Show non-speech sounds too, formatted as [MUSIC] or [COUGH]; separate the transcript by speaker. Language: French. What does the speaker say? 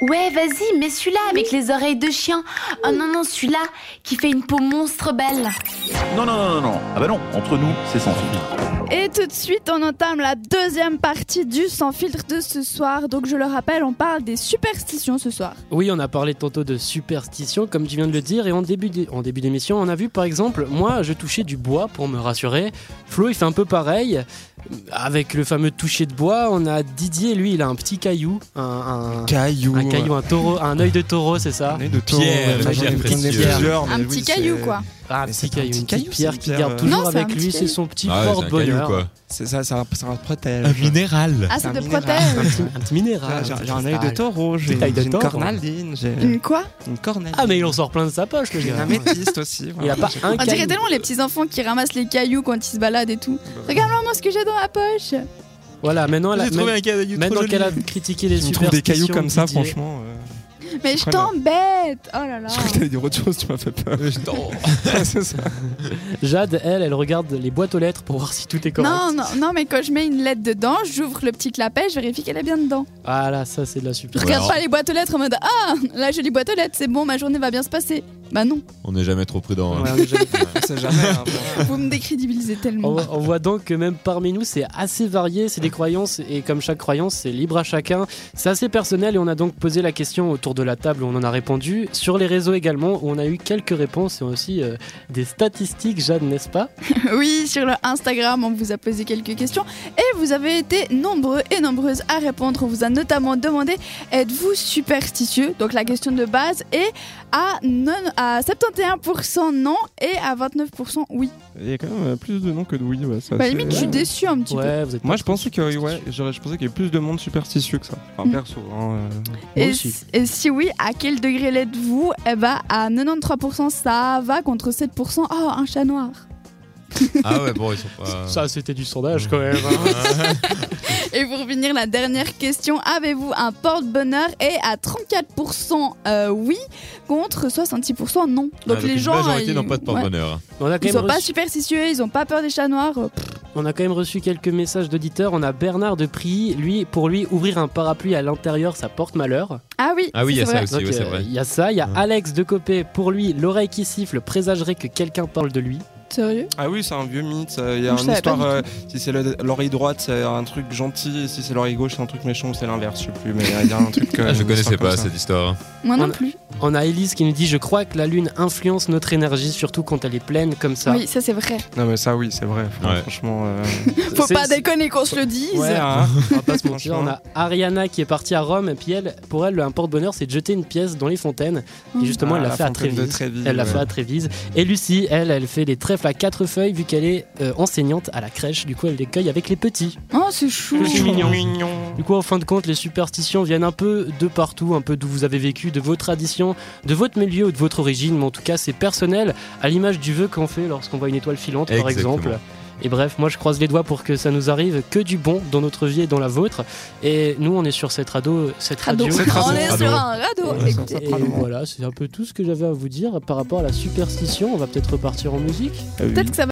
Speaker 1: Ouais, vas-y, mets celui-là avec les oreilles de chien. Oh non, non, celui-là qui fait une peau monstre belle.
Speaker 2: Non, non, non, non, non. Ah bah non, entre nous, c'est sans filtre.
Speaker 3: Et tout de suite, on entame la deuxième partie du sans filtre de ce soir. Donc, je le rappelle, on parle des superstitions ce soir.
Speaker 4: Oui, on a parlé tantôt de superstition, comme tu viens de le dire, et en début d'é- en début d'émission, on a vu par exemple, moi je touchais du bois pour me rassurer. Flo, il fait un peu pareil. Avec le fameux toucher de bois, on a Didier, lui, il a un petit caillou, un, un-
Speaker 5: Caillou.
Speaker 4: un caillou, un taureau, un œil de taureau, c'est ça
Speaker 5: Nez de taureau.
Speaker 6: Pierre,
Speaker 5: J'en ai-
Speaker 4: pierre
Speaker 5: j'en ai
Speaker 4: précieuse.
Speaker 5: plusieurs,
Speaker 3: Un
Speaker 5: mais
Speaker 3: petit
Speaker 5: oui,
Speaker 3: caillou,
Speaker 5: c'est-
Speaker 3: quoi.
Speaker 4: Ah, un
Speaker 5: Mais
Speaker 4: petit
Speaker 5: c'est
Speaker 4: caillou,
Speaker 5: un
Speaker 4: une
Speaker 5: petit
Speaker 4: petite
Speaker 5: caillou,
Speaker 4: pierre
Speaker 5: c'est
Speaker 4: qui
Speaker 5: une
Speaker 4: garde
Speaker 5: pierre,
Speaker 4: toujours
Speaker 3: Non, c'est
Speaker 4: avec
Speaker 3: un
Speaker 4: lui,
Speaker 3: petit
Speaker 4: c'est
Speaker 3: caillou.
Speaker 4: son petit
Speaker 6: Ah, c'est un caillou,
Speaker 4: porte-bonheur.
Speaker 6: quoi.
Speaker 5: C'est ça, ça, ça le protège.
Speaker 6: Un minéral.
Speaker 3: Ah, ça
Speaker 5: un
Speaker 3: te
Speaker 5: minéral. [LAUGHS]
Speaker 3: protège.
Speaker 4: Un petit, un petit
Speaker 5: Ah,
Speaker 4: minéral.
Speaker 5: J'ai
Speaker 4: un petit
Speaker 5: j'ai un œil de
Speaker 4: star.
Speaker 5: taureau, j'ai
Speaker 4: œil de
Speaker 5: j'ai une
Speaker 4: taureau.
Speaker 5: cornaline, j'ai
Speaker 3: Une quoi
Speaker 5: une cornaline.
Speaker 4: Ah, mais il en sort plein de sa poche, le
Speaker 5: J'ai une
Speaker 4: gars.
Speaker 5: améthyste aussi.
Speaker 4: Il a
Speaker 5: voilà.
Speaker 4: pas un
Speaker 3: On dirait
Speaker 4: caillou.
Speaker 3: tellement les petits enfants qui ramassent les cailloux quand ils se baladent et tout. Regarde-moi ce que j'ai dans ma poche.
Speaker 4: Voilà, maintenant, elle a-
Speaker 6: J'ai trouvé
Speaker 4: même-
Speaker 6: un caillou trop
Speaker 4: maintenant
Speaker 6: joli.
Speaker 4: qu'elle a critiqué les
Speaker 5: Tu me trouves des
Speaker 4: superstitions
Speaker 5: cailloux comme ça,
Speaker 4: Didier.
Speaker 5: franchement. euh,
Speaker 3: Ah. Mais je
Speaker 5: Super.
Speaker 3: t'embête. Oh là là.
Speaker 5: Je crois que t'allais dire autre chose, tu m'as fait peur. [LAUGHS]
Speaker 6: Euh, j'entends.
Speaker 5: c'est ça.
Speaker 4: Jade, elle, elle regarde les boîtes aux lettres pour voir si tout est correct.
Speaker 3: Non, non, non, mais quand je mets une lettre dedans, j'ouvre le petit clapet, je vérifie qu'elle est bien dedans.
Speaker 4: Voilà, ça, c'est de la
Speaker 3: Je
Speaker 4: superstition.
Speaker 3: regarde
Speaker 6: alors.
Speaker 3: pas les boîtes aux lettres en mode Ah, la jolie boîte aux lettres, c'est bon, ma journée va bien se passer. Bah non,
Speaker 6: On n'est jamais trop prudent.
Speaker 4: [LAUGHS]
Speaker 6: hein.
Speaker 5: Ah,
Speaker 4: Ouais, on est jamais-
Speaker 5: [LAUGHS] On sait jamais. hein, bon.
Speaker 3: vous me décrédibilisez
Speaker 4: On
Speaker 3: tellement.
Speaker 4: voit- on voit donc que même parmi nous, c'est assez varié, c'est des croyances, et comme chaque croyance, c'est libre à chacun. C'est assez personnel, et on a donc posé la question autour de la table, où on en a répondu. Sur les réseaux également, où on a eu quelques réponses, et aussi euh, des statistiques, Jade, n'est-ce pas
Speaker 3: Oui, sur le Instagram, on vous a posé quelques questions et vous avez été nombreux et nombreuses à répondre. On vous a notamment demandé êtes-vous superstitieux Donc la question de base est à, non- à 71% non et à 29% oui.
Speaker 5: Il y a quand même euh, plus de noms que de oui. ouais, ça,
Speaker 3: Bah
Speaker 5: c'est- euh,
Speaker 3: limite, je suis
Speaker 4: ouais.
Speaker 3: déçu un petit
Speaker 4: Ouais, vous êtes
Speaker 5: Moi,
Speaker 4: pas
Speaker 5: je pensais que ouais, j'aurais- je pensais qu'il y avait plus de monde superstitieux que ça. Enfin,
Speaker 3: Mm.
Speaker 5: perso. hein, euh.
Speaker 3: peu.
Speaker 4: moi
Speaker 3: Et,
Speaker 4: aussi.
Speaker 3: si- et si oui, à quel degré l'êtes-vous Eh ben à 93% ça va contre 7% oh un chat noir.
Speaker 6: Ah ouais, bon, ils sont pas. Ah,
Speaker 4: Ça, c'était du sondage quand même. hein.
Speaker 3: Et pour finir, la dernière question, avez-vous un porte-bonheur Et à 34% euh, oui, contre 66% non. Donc
Speaker 6: Ah,
Speaker 3: les
Speaker 6: une
Speaker 3: gens...
Speaker 6: majorité
Speaker 3: ils-
Speaker 6: n'ont pas hein. de
Speaker 3: ouais.
Speaker 6: porte-bonheur.
Speaker 4: [LAUGHS] on, a
Speaker 3: Ils
Speaker 4: quand
Speaker 3: sont
Speaker 4: même
Speaker 3: pas
Speaker 4: reçu-
Speaker 3: superstitieux, ils ont pas peur des chats noirs. euh, pff.
Speaker 4: on a quand même reçu quelques messages d'auditeurs. On a Bernard de Prie, lui, pour lui, ouvrir un parapluie à l'intérieur, ça porte malheur.
Speaker 3: Ah oui,
Speaker 6: Ah oui, il y a
Speaker 3: c'est
Speaker 6: ça
Speaker 3: vrai.
Speaker 6: aussi,
Speaker 4: Donc,
Speaker 6: ouais, c'est
Speaker 4: euh,
Speaker 6: vrai.
Speaker 4: Il y a ça, il y a Alex de Copé, pour lui, l'oreille qui siffle présagerait que quelqu'un parle de lui.
Speaker 3: Sérieux
Speaker 5: Ah oui, c'est un vieux mythe. ça. Il y a
Speaker 3: Je
Speaker 5: une
Speaker 3: savais pas
Speaker 5: histoire.
Speaker 3: du
Speaker 5: euh, si c'est le- l'oreille droite, c'est un truc gentil. Et si c'est l'oreille gauche, c'est un truc méchant ou c'est l'inverse. Je sais plus. Mais il y a un
Speaker 6: [LAUGHS]
Speaker 5: truc. euh,
Speaker 6: Ah, je
Speaker 5: une
Speaker 6: connaissais
Speaker 5: histoire comme
Speaker 6: pas
Speaker 5: ça.
Speaker 6: cette histoire. hein.
Speaker 3: Moi
Speaker 4: On
Speaker 3: non
Speaker 4: a-
Speaker 3: plus.
Speaker 4: On a Elise qui nous dit Je crois que la lune influence notre énergie, surtout quand elle est pleine comme ça.
Speaker 3: Oui, ça c'est vrai.
Speaker 5: Non, mais ça, oui, c'est vrai. Enfin,
Speaker 6: Ouais.
Speaker 5: Franchement.
Speaker 4: [LAUGHS]
Speaker 5: euh,
Speaker 3: Faut
Speaker 4: C'est-
Speaker 3: pas
Speaker 4: c'est-
Speaker 3: déconner qu'on se le dise.
Speaker 4: Ouais,
Speaker 5: hein.
Speaker 4: on va pas se mentir. On
Speaker 5: Franchement.
Speaker 4: a Ariana qui est partie à Rome, et puis elle, pour elle, un porte-bonheur, c'est de jeter une pièce dans les fontaines.
Speaker 3: Mm.
Speaker 4: Et justement,
Speaker 5: Ah,
Speaker 4: elle l'a
Speaker 5: la
Speaker 4: fait à
Speaker 5: fontaine de
Speaker 4: Trévise.
Speaker 5: Trévise,
Speaker 4: Elle l'a
Speaker 5: ouais.
Speaker 4: fait à Trévise. Et Lucie, elle, elle fait des trèfles à quatre feuilles, vu qu'elle est euh, enseignante à la crèche. Du coup, elle les cueille avec les petits.
Speaker 3: Oh, c'est chou.
Speaker 4: Je suis mignon.
Speaker 5: mignon.
Speaker 4: Du coup, en fin de compte, les superstitions viennent un peu de partout, un peu d'où vous avez vécu, de vos traditions, de votre milieu ou de votre origine, mais en tout cas, c'est personnel, à l'image du vœu qu'on fait lorsqu'on voit une étoile filante, par
Speaker 6: Exactement.
Speaker 4: exemple. Et bref, moi je croise les doigts pour que ça nous arrive que du bon dans notre vie et dans la vôtre. Et nous, on est sur cette radio. Cette
Speaker 3: Radeau.
Speaker 4: radio.
Speaker 5: radeau.
Speaker 3: On est sur un radeau.
Speaker 5: Ouais, ça-
Speaker 3: Écoutez,
Speaker 4: Et voilà, c'est un peu tout ce que j'avais à vous dire par rapport à la superstition. On va peut-être repartir en musique.
Speaker 5: Ah
Speaker 3: peut-être que ça va